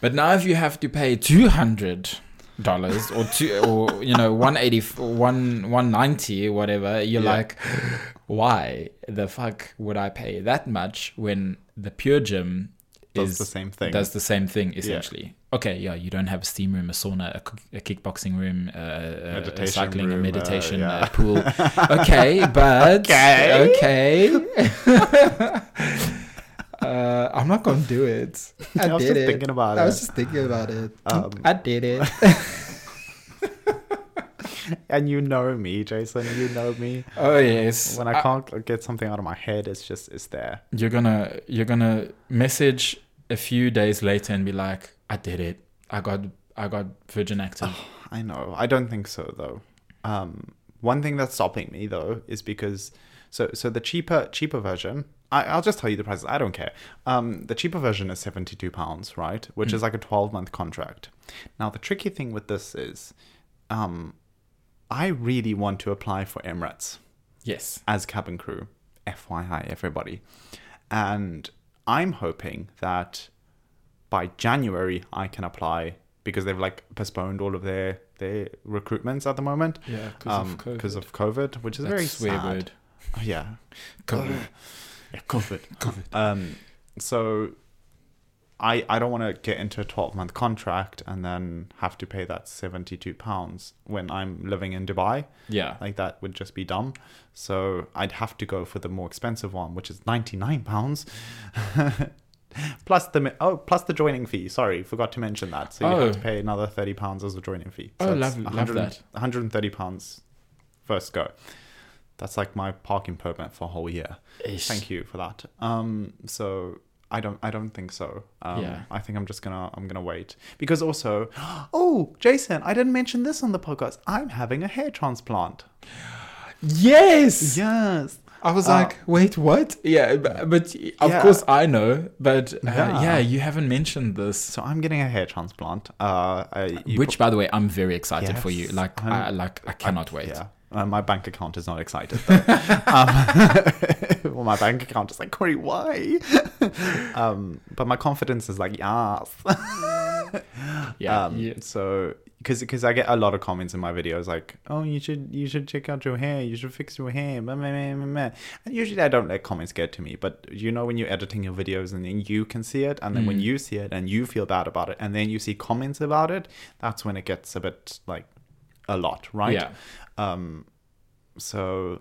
B: But now if you have to pay two hundred dollars or two or you know one eighty one one ninety whatever, you're
A: Yeah.
B: like, why the fuck would I pay that much when the pure gym
A: Does
B: is
A: the same thing.
B: Does the same thing essentially. Okay, yeah, you don't have a steam room, a sauna, a, kick- a kickboxing room, uh, uh,
A: Meditation
B: a cycling,
A: room, uh,
B: a meditation,
A: yeah.
B: a pool. Okay, but
A: Okay.
B: okay. Uh, I'm not gonna do it. I,
A: I was
B: did
A: just
B: it.
A: thinking about
B: I
A: it.
B: was just thinking about it.
A: Um,
B: I did it.
A: and you know me, Jason. You know me.
B: Oh yes.
A: When I can't get something out of my head, it's just it's there.
B: you're gonna you're gonna message a few days later and be like, I did it. I got I got Virgin Active.
A: I know. I don't think so though. Um, one thing that's stopping me though is because so so the cheaper cheaper version. I, I'll just tell you the prices. I don't care. Um, the cheaper version is seventy two pounds, right? Which is like a twelve month contract. Now the tricky thing with this is, um, I really want to apply for Emirates.
B: Yes.
A: as cabin crew. FYI, everybody. And I'm hoping that by January I can apply because they've like postponed all of their their recruitments at the moment.
B: Yeah, 'cause of
A: because Um, of, COVID, which is
B: That
A: very
B: swear
A: sad.
B: word.
A: Oh, yeah,
B: COVID.
A: yeah, COVID. COVID. Um, so I I don't want to get into a twelve month contract and then have to pay that seventy two pounds when I'm living in Dubai
B: Yeah.
A: like that would just be dumb so i'd have to go for the more expensive one which is 99 pounds plus the mi- oh plus the joining fee sorry forgot to mention that so you
B: Oh.
A: have to pay another 30 pounds as a joining fee so
B: Oh,
A: that's
B: love- love
A: 100
B: that.
A: 130 pounds first go that's like my parking permit for a whole year
B: Ish.
A: thank you for that um so i don't i don't think so um,
B: Yeah.
A: i think i'm just gonna i'm gonna wait because also oh jason i didn't mention this on the podcast i'm having a hair transplant
B: Yes.
A: Yes.
B: I was
A: Uh,
B: like, wait, what? Yeah, but, but of
A: Yeah.
B: course I know, but uh, yeah.
A: Yeah.
B: you haven't mentioned this.
A: So I'm getting a hair transplant. Uh, I, you
B: Which, by the way, I'm very excited for you.
A: Yes,
B: Like,
A: I'm-
B: I, like I cannot
A: pro-
B: wait.
A: Yeah. Uh, my bank account is not excited. Though. um, well, my bank account is like, Corey, why? um, but my confidence is like, yes.
B: Yeah,
A: Um,
B: yeah.
A: So, because because I get a lot of comments in my videos like, oh, you should you should check out your hair. You should fix your hair. Meh, meh, meh, meh, meh. And usually I don't let comments get to me, but you know when you're editing your videos and then you can see it, and then
B: Mm.
A: when you see it and you feel bad about it, and then you see comments about it, that's when it gets a bit like a lot, right?
B: Yeah.
A: Um. So.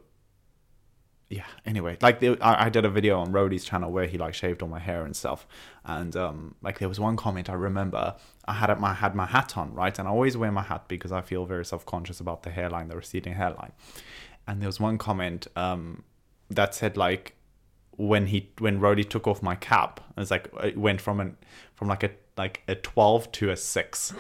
A: Yeah. Anyway, like the, I, I did a video on Rhodey's channel where he like shaved all my hair and stuff, and um, like there was one comment I remember. I had it, my had my hat on right, and I always wear my hat because I feel very self conscious about the hairline, the receding hairline. And there was one comment um, that said like when he when Rhodey took off my cap, it was like it went from an from like a like a twelve to a six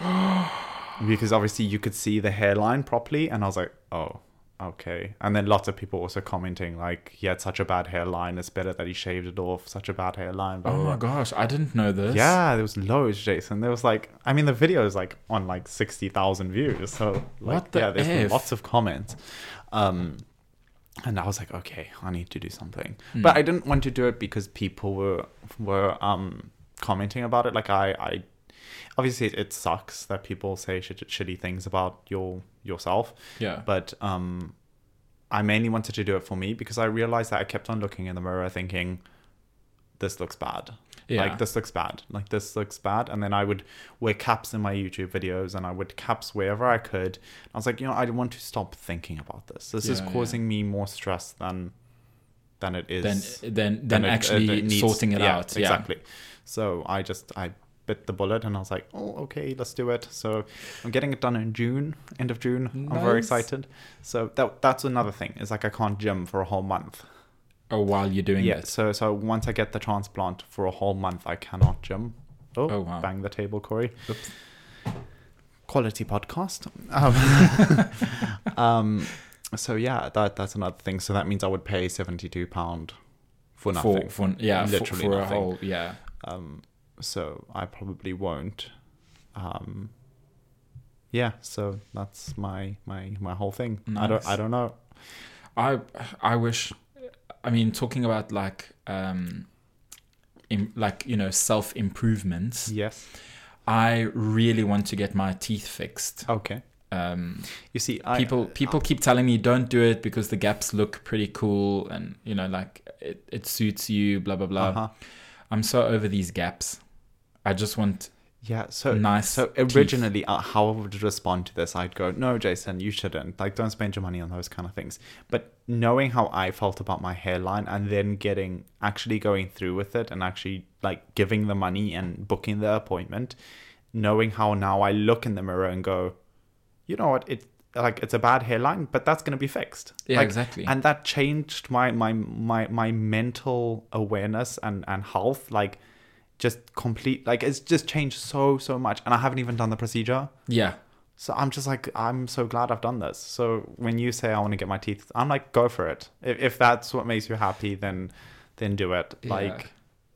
A: because obviously you could see the hairline properly and i was like oh okay and then lots of people also commenting like he had such a bad hairline it's better that he shaved it off such a bad hairline blah,
B: oh
A: blah,
B: my
A: blah.
B: gosh, I didn't know this.
A: yeah there was loads jason there was like i mean the video is like on like 60000 views so like
B: What the
A: yeah there's been
B: F?
A: lots of comments um and i was like okay i need to do something
B: Hmm.
A: but i didn't want to do it because people were were um commenting about it like i i obviously it, it sucks that people say shit, shitty things about your yourself
B: Yeah.
A: but um i mainly wanted to do it for me because i realized that i kept on looking in the mirror thinking this looks bad
B: Yeah.
A: like this looks bad like this looks bad and then i would wear caps in my youtube videos and i would caps wherever i could i was like you know i want to stop thinking about this this is
B: Yeah, yeah.
A: causing me more stress than than it is
B: Then, then, then
A: and it-
B: actually
A: it needs-
B: sorting it
A: yeah,
B: out. Yeah.
A: Exactly. So I just I bit the bullet and I was like, oh okay, let's do it. So I'm getting it done in June, end of June. I'm very
B: Nice.
A: excited. So that that's another thing. It's like I can't gym for a whole month.
B: Oh, while you're doing
A: Yeah.
B: it.
A: So so once I get the transplant for a whole month, I cannot gym. Oh,
B: Oh, wow.
A: bang the table, Corey.
B: Oops.
A: Quality podcast. Um, um, so yeah, that that's another thing. So that means I would pay seventy two pound for nothing.
B: For, for yeah, for-
A: Literally
B: for, a
A: nothing.
B: whole yeah.
A: um, so I probably won't. Um, yeah, so that's my my my whole thing. I
B: Nice.
A: don't I don't know.
B: I I wish I mean talking about like um im like you know self improvements.
A: Yes.
B: I really want to get my teeth fixed.
A: Okay.
B: Um
A: You see, I,
B: people people keep telling me don't do it because the gaps look pretty cool and you know like it, it suits you blah blah blah.
A: Uh-huh.
B: I'm so over these gaps. I just want
A: Yeah. So
B: Nice
A: So
B: teeth.
A: originally, uh, how I would respond to this, I'd go, "No, Jason, you shouldn't. Like, don't spend your money on those kind of things." But knowing how I felt about my hairline, and then getting actually going through with it, and actually like giving the money and booking the appointment, knowing how now I look in the mirror and go, "You know what? It like it's a bad hairline, but that's going to be fixed.
B: Yeah,
A: Like,
B: exactly.
A: And that changed my my my my mental awareness and and health, like just complete. Like it's just changed so so much, and I haven't even done the procedure.
B: yeah.
A: So I'm just like I'm so glad I've done this. So when you say I want to get my teeth, I'm like go for it. If, if that's what makes you happy, then then do it.
B: Yeah.
A: Like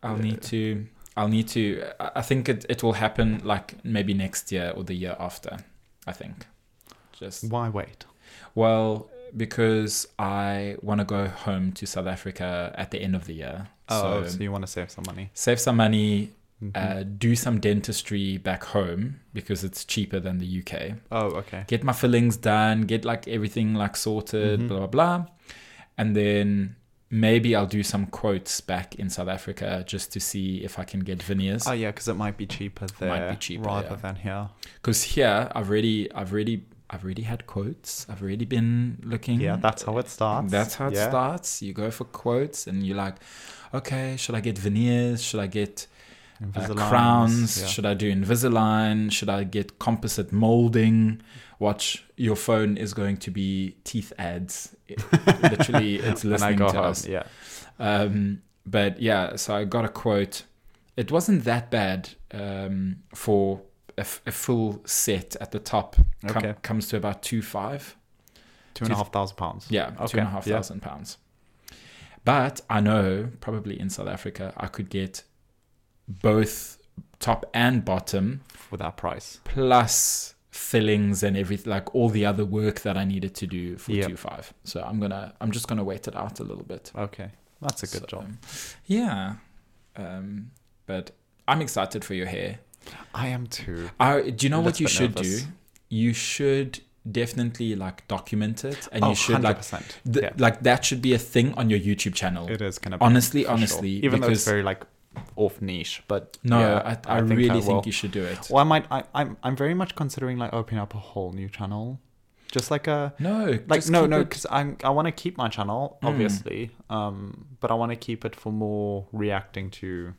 B: I'll need to. I'll need to. I I think it, it will happen like maybe next year or the year after. I think. Just
A: why wait?
B: well because I want to go home to South Africa at the end of the year.
A: Oh, so,
B: so
A: you want to save some money? Mm-hmm.
B: save some money, uh, do some dentistry back home because it's cheaper than the UK.
A: Oh, okay.
B: Get my fillings done, get like everything like sorted,
A: Mm-hmm.
B: blah blah blah, and then maybe I'll do some quotes back in South Africa just to see if I can get veneers.
A: Oh yeah, because it might be cheaper there,
B: Might be cheaper,
A: rather
B: yeah.
A: than here.
B: Because here I've already, I've already, I've already had quotes. I've already been looking.
A: Yeah, that's how it starts.
B: Mm-hmm. That's how it
A: Yeah.
B: starts. You go for quotes and you're like, okay, should I get veneers? Should I get uh,
A: Invisaligns,
B: crowns?
A: yeah.
B: Should I do Invisalign? Should I get composite molding? Watch, your phone is going to be teeth ads. It- literally, it's
A: When I
B: listening
A: go
B: to
A: home,
B: us.
A: yeah.
B: Um, but yeah, so I got a quote. It wasn't that bad um, for a, f- a full set at the top. Com-
A: Okay.
B: Comes to about two five.
A: Two and a half thousand pounds.
B: Yeah, two
A: Okay,
B: and a half
A: yeah.
B: thousand pounds. But I know probably in South Africa I could get both top and bottom
A: for that price.
B: plus fillings and everything like all the other work that I needed to do for
A: Yeah.
B: two five. So I'm gonna I'm just gonna wait it out a little bit.
A: Okay, that's a good
B: So,
A: job.
B: Yeah. Um, but I'm excited for your hair.
A: I am too.
B: I, do you know what
A: Little
B: you
A: bit
B: should
A: nervous.
B: do? You should definitely like document it and
A: oh,
B: you should like
A: 100%.
B: th-
A: yeah.
B: like that should be a thing on your YouTube channel.
A: it is kind of
B: honestly, honestly,
A: even though it's
B: because-
A: very like off niche, but
B: No,
A: yeah,
B: I, I,
A: think
B: really
A: will.
B: think you should do it.
A: Well, I might. I, I'm I'm very much considering like opening up a whole new channel, just like a
B: No,
A: like
B: just
A: no
B: keep
A: no
B: it- Hmm.
A: because I I want to keep my channel obviously, um, but I want to keep it for more reacting to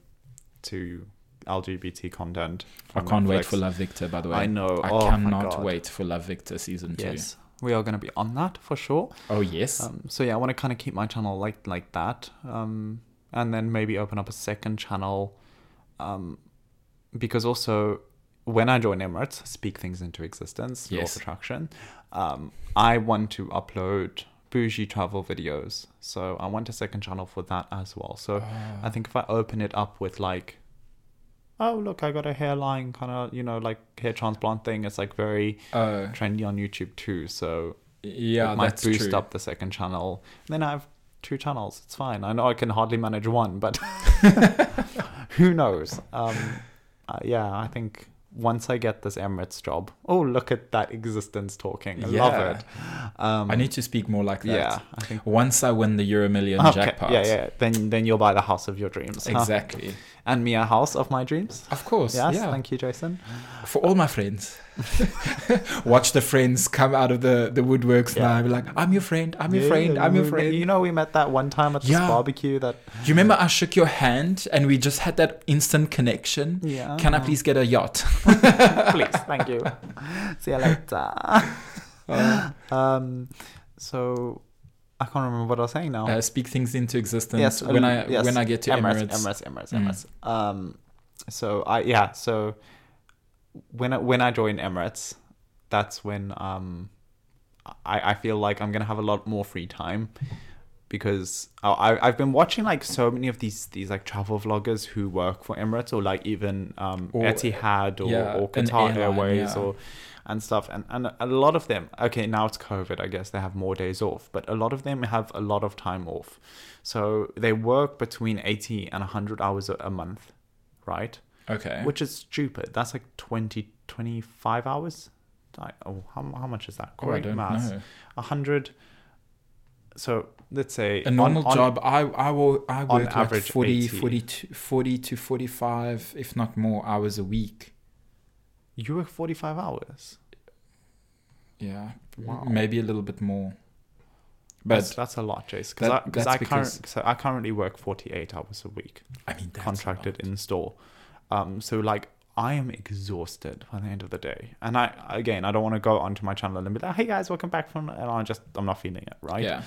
A: to LGBT content.
B: I
A: from
B: can't wait
A: Netflix.
B: for Love Victor. By the way,
A: I know.
B: I
A: Oh, my
B: cannot
A: God.
B: wait for Love Victor season two.
A: Yes, we are going to be on that for sure.
B: Oh yes,
A: Um, so yeah, I want to kind of keep my channel like like that, um, and then maybe open up a second channel, um, because also when I join Emirates, speak things into existence, law
B: Yes.
A: of attraction. Um, I want to upload bougie travel videos, so I want a second channel for that as well. So I think if I open it up with like. Oh look! I got a hairline, kind of you know, like hair transplant thing. It's like very
B: Oh.
A: trendy on YouTube too. So
B: yeah,
A: it might
B: that's
A: boost
B: true.
A: up the second channel. Then I have two channels. It's fine. I know I can hardly manage one, but who knows? Um, uh, yeah, I think once I get this Emirates job, oh look at that existence talking. I
B: Yeah.
A: love it. Um,
B: I need to speak more like that.
A: Yeah, I think-
B: Once I win the Euro Million
A: okay,
B: jackpot,
A: yeah, yeah. Then then you'll buy the house of your dreams. huh?
B: exactly.
A: And me a house of my dreams.
B: Of course,
A: Yes,
B: yeah.
A: thank you, Jason.
B: For all my friends, watch the friends come out of the the woodworks now.
A: Yeah.
B: i be like, I'm your friend. I'm your
A: Yeah,
B: friend. I'm your
A: we-
B: friend.
A: You know, we met that one time at this
B: Yeah.
A: barbecue. That
B: Do you remember I shook your hand and we just had that instant connection?
A: Yeah.
B: Can I please get a yacht?
A: please thank you see you later um so i can't remember what i was saying now
B: Uh, speak things into existence
A: yes
B: when
A: uh,
B: I
A: yes,
B: when I get to Emirates. Mm.
A: emirates emirates emirates um so i yeah so when i when i join emirates that's when um i i feel like i'm gonna have a lot more free time because I- I, I've been watching like so many of these these like travel vloggers who work for Emirates or like even um,
B: Or-
A: Etihad or,
B: yeah,
A: or
B: an
A: Qatar
B: airline,
A: Airways
B: yeah.
A: or and stuff and and a lot of them okay now it's COVID I guess they have more days off but a lot of them have a lot of time off so they work between eighty and hundred hours a, a month right
B: Okay.
A: which is stupid that's like 20 25 hours like, oh how, how much is that
B: Oh, I don't know.
A: a hundred so let's say
B: a
A: on-
B: normal
A: on-
B: job, I I will I work like
A: average,
B: 40,
A: 80.
B: 42 40 to 45, if not more, hours a week.
A: You work 45 hours.
B: Yeah.
A: Wow.
B: Maybe a little bit more.
A: That's,
B: But
A: that's a lot, Jace.
B: that-
A: Because
B: that's
A: I,
B: because-
A: current, so I currently work 48 hours a week,
B: I mean, that's a lot.
A: contracted in store. Um, so like I am exhausted by the end of the day. And I again, I don't want to go onto my channel and be like, "Hey guys, welcome back from," and I just I'm not feeling it, right?
B: yeah.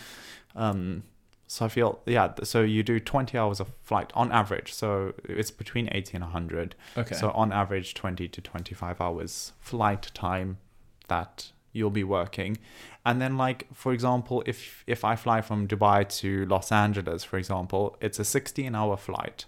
A: Um, so I feel yeah. th- So you do twenty hours of flight on average. So it's between eighty and hundred.
B: Okay.
A: So on average, twenty to twenty-five hours flight time that you'll be working, and then like for example, if if I fly from Dubai to Los Angeles, for example, it's a sixteen-hour flight.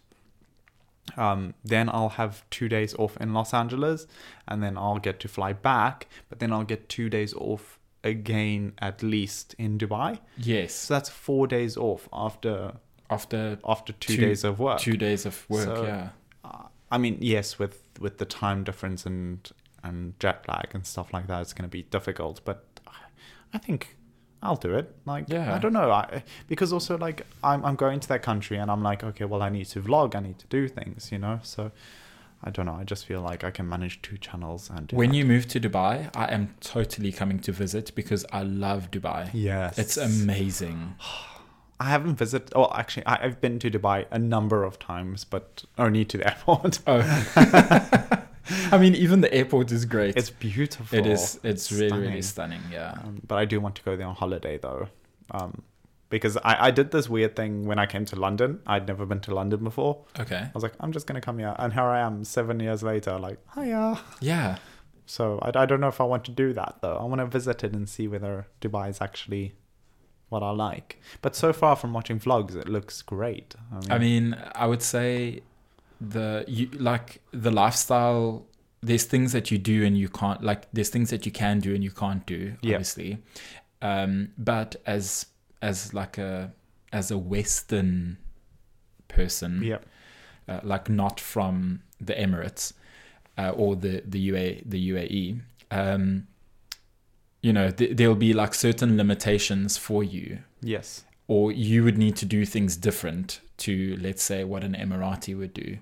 A: Um, then I'll have two days off in Los Angeles, and then I'll get to fly back. But then I'll get two days off again, at least in Dubai.
B: Yes.
A: So that's four days off after
B: after
A: after two, days of work.
B: Two days of work.
A: uh, So-
B: yeah.
A: Uh, I mean, yes, with with the time difference and and jet lag and stuff like that, it's going to be difficult. But I- I think I'll do it. Like,
B: Yeah.
A: I don't know, I, because also like I'm I'm going to that country and I'm like, okay, well, I need to vlog, I need to do things, you know. So I don't know. I just feel like I can manage two channels and do
B: When
A: that.
B: you move to Dubai, I am totally coming to visit because I love Dubai.
A: Yes.
B: It's amazing.
A: I haven't visited. Oh, actually, I, I've been to Dubai a number of times, but only to the airport.
B: Oh. I mean, even the airport is great.
A: It's beautiful.
B: it is. It's really, really
A: Stunning.
B: stunning. Yeah.
A: Um, but I do want to go there on holiday though, um, because I, I did this weird thing when I came to London. I'd never been to London before.
B: Okay.
A: I was like, I'm just gonna come here, and here I am, seven years later. Like, hiya.
B: Yeah.
A: So I, I don't know if I want to do that though. I want to visit it and see whether Dubai is actually what I like. But so far from watching vlogs, it looks great. I mean,
B: I mean, I would say the you like the lifestyle. There's things that you do and you can't like. There's things that you can do and you can't do.
A: Yeah.
B: Obviously, um, but as as like a as a Western person,
A: yeah,
B: uh, like not from the Emirates uh, or the the UA the UAE. Um, you know, th- there'll be like certain limitations for you
A: yes,
B: or you would need to do things different to let's say what an emirati would do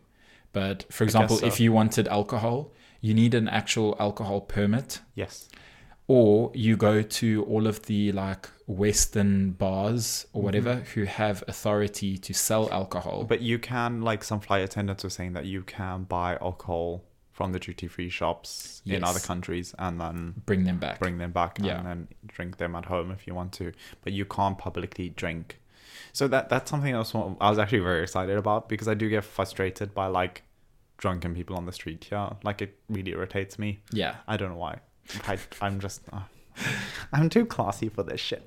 B: but for example
A: so.
B: if you wanted alcohol you need an actual alcohol permit
A: yes,
B: or you go to all of the like western bars or whatever who have authority to sell alcohol
A: Mm-hmm. but you can like some flight attendants were saying that you can buy alcohol from the duty free shops in
B: Yes.
A: other countries and then
B: bring them back
A: bring them back
B: Yeah.
A: and then drink them at home if you want to but you can't publicly drink so that that's something else what i was actually very excited about because i do get frustrated by like drunken people on the street here like it really irritates me
B: yeah
A: i don't know why I, i'm just uh, i'm too classy for this shit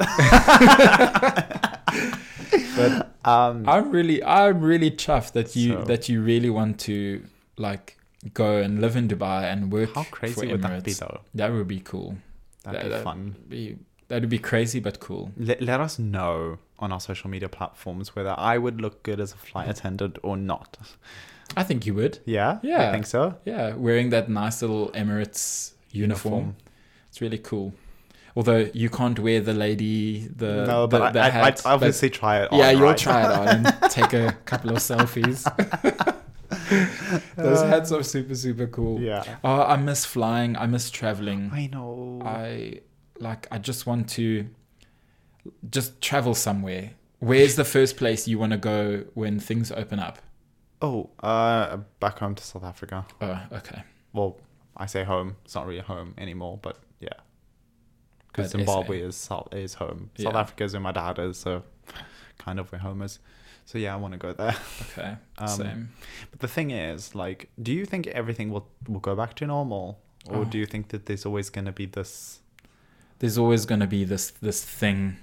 B: i'm really i'm really chuffed that you
A: So-
B: that you really want to like go and live in dubai and work
A: how
B: for
A: crazy
B: Emirates.
A: would that be though
B: that would be cool
A: that'd
B: That-
A: be
B: that-
A: fun
B: be that'd be crazy but cool.
A: let, let us know on our social media platforms whether i would look good as a flight attendant or not
B: I think you would.
A: yeah
B: Yeah.
A: i think so
B: Yeah, wearing that nice little Emirates uniform.
A: Uniform.
B: It's really cool. Although you can't wear the lady the
A: no
B: the,
A: but
B: the
A: I, I,
B: hat,
A: i'd obviously try it
B: but- yeah,
A: on,
B: you'll
A: right?
B: try it on and take a couple of selfies. Those hats are super super cool.
A: Uh, Yeah.
B: Oh, I miss flying. I miss traveling.
A: I know.
B: I like I just want to just travel somewhere. Where's the first place you want to go when things open up?
A: oh, uh, back home to South Africa.
B: Oh, okay.
A: Well, I say home. It's not really home anymore, but yeah. Because
B: But SA.
A: Zimbabwe is South is home. South
B: Yeah.
A: Africa is where my dad is, so kind of where home is. So yeah, I want to go there.
B: Okay.
A: Um,
B: Same.
A: But the thing is, like, do you think everything will will go back to normal, or
B: Oh.
A: do you think that there's always going to be this?
B: there's always going to be this this thing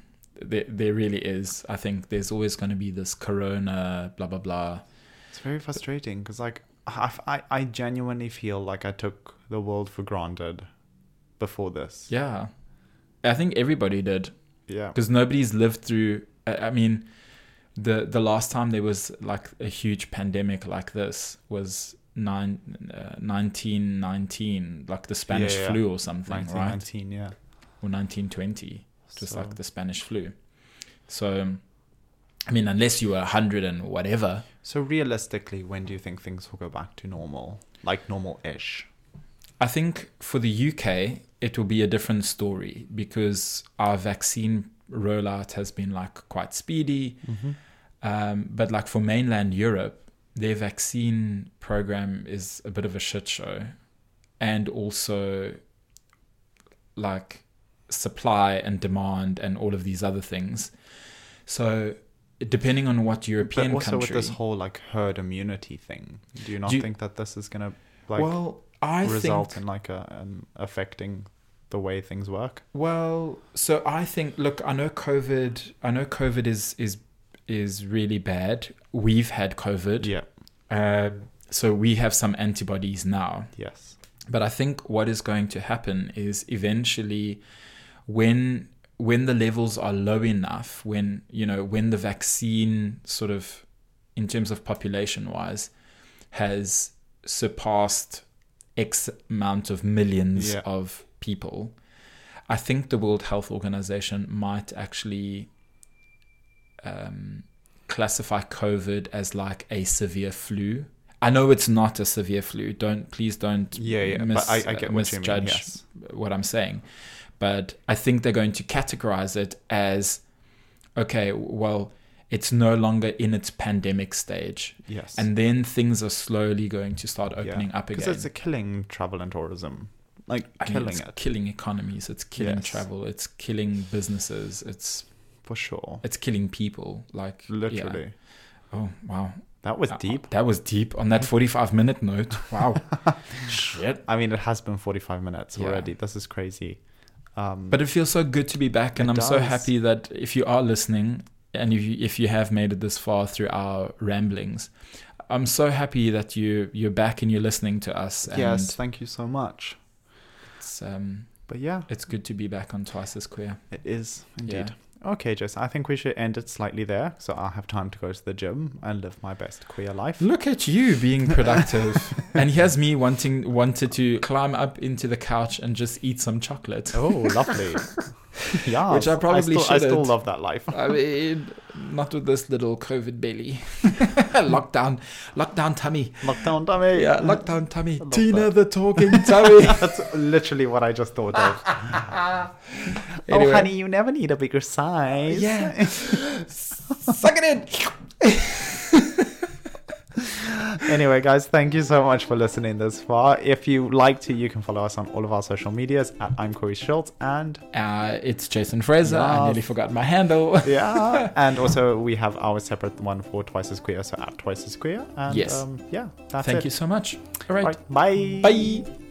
B: there, there really is i think there's always going to be this corona blah blah blah
A: It's very frustrating because, like, I, I I genuinely feel like I took the world for granted before this.
B: yeah i think everybody did
A: Yeah.
B: because nobody's lived through i I mean the the last time there was like a huge pandemic like this was nine, uh, 1919 like the spanish
A: Yeah, yeah.
B: flu or something right
A: 1919, yeah.
B: or 1920 just
A: So-
B: like the spanish flu so i mean unless you were 100 and whatever
A: So realistically, when do you think things will go back to normal? Like normal-ish.
B: I think for the UK, it will be a different story because our vaccine Mm-hmm. rollout has been like quite speedy. Um, but like for mainland Europe, their vaccine program is a bit of a shit show, and also like supply and demand and all of these other things. So depending on what European
A: but also
B: country,
A: with this whole like herd immunity thing, do you not
B: Do you-
A: think that this is gonna like
B: well, I
A: result
B: think
A: in like a, um, affecting the way things work?
B: Well, so I think look, I know COVID I know COVID is is is really bad. We've had COVID.
A: Yeah.
B: Uh, so we have some antibodies now.
A: Yes.
B: But I think what is going to happen is eventually when when the levels are low enough, when you know, when the vaccine sort of in terms of population wise has surpassed X amount of millions
A: Yeah.
B: of people, I think the World Health Organization might actually um, classify COVID as like a severe flu. I know it's not a severe flu. Don't please don't
A: Yeah, yeah.
B: mis-
A: but I, I get what you mean.
B: misjudge
A: Yes.
B: what I'm saying. But I think they're going to categorize it as okay, well, it's no longer in its pandemic stage.
A: Yes.
B: And then things are slowly going to start opening up again.
A: because it's a killing travel and tourism, like
B: I mean,
A: killing
B: it's
A: it
B: killing economies, it's killing
A: Yes.
B: travel, it's killing businesses, it's
A: for sure.
B: it's killing people. Like yeah.
A: Literally,
B: Oh wow,
A: that was
B: Uh,
A: deep.
B: That was deep on that forty-five minute note. Wow, shit.
A: I mean, it has been forty-five minutes
B: Yeah.
A: already. This is crazy. Um,
B: But it feels so good to be back, and
A: It
B: I'm so
A: does.
B: happy that if you are listening and if you, if you have made it this far through our ramblings, I'm so happy that you you're back and you're listening to us. And
A: yes, thank you so much.
B: it's, um,
A: But yeah,
B: it's good to be back on Twice as Queer.
A: It is indeed. Okay, Jason, I think we should end it slightly there so I'll have time to go to the gym and live my best queer life.
B: Look at you being productive, and here's me wanting wanted to climb up into the couch and just eat some chocolate.
A: Oh, lovely. yeah.
B: Which I probably
A: still, I still
B: shouldn't.
A: love that life.
B: I mean, not with this little COVID belly. lockdown, lockdown tummy.
A: Lockdown dummy.
B: Yeah, lockdown tummy.
A: love
B: Tina
A: that. Oh,
B: the talking tummy.
A: That's literally what I just thought of.
B: Anyway.
A: Oh, honey, you never need a bigger size.
B: yeah. Suck it in.
A: Anyway, guys, thank you so much for listening this far. If you like to, you can follow us on all of our social medias at I'm Corey Schultz and
B: Uh, it's Jason Fraser.
A: Yeah.
B: I nearly forgot my handle.
A: yeah and also we have our separate one for twice as queer so at twice as queer and
B: Yes.
A: um, yeah that's
B: Thank
A: it
B: you so much. All right.
A: Right, bye
B: Bye.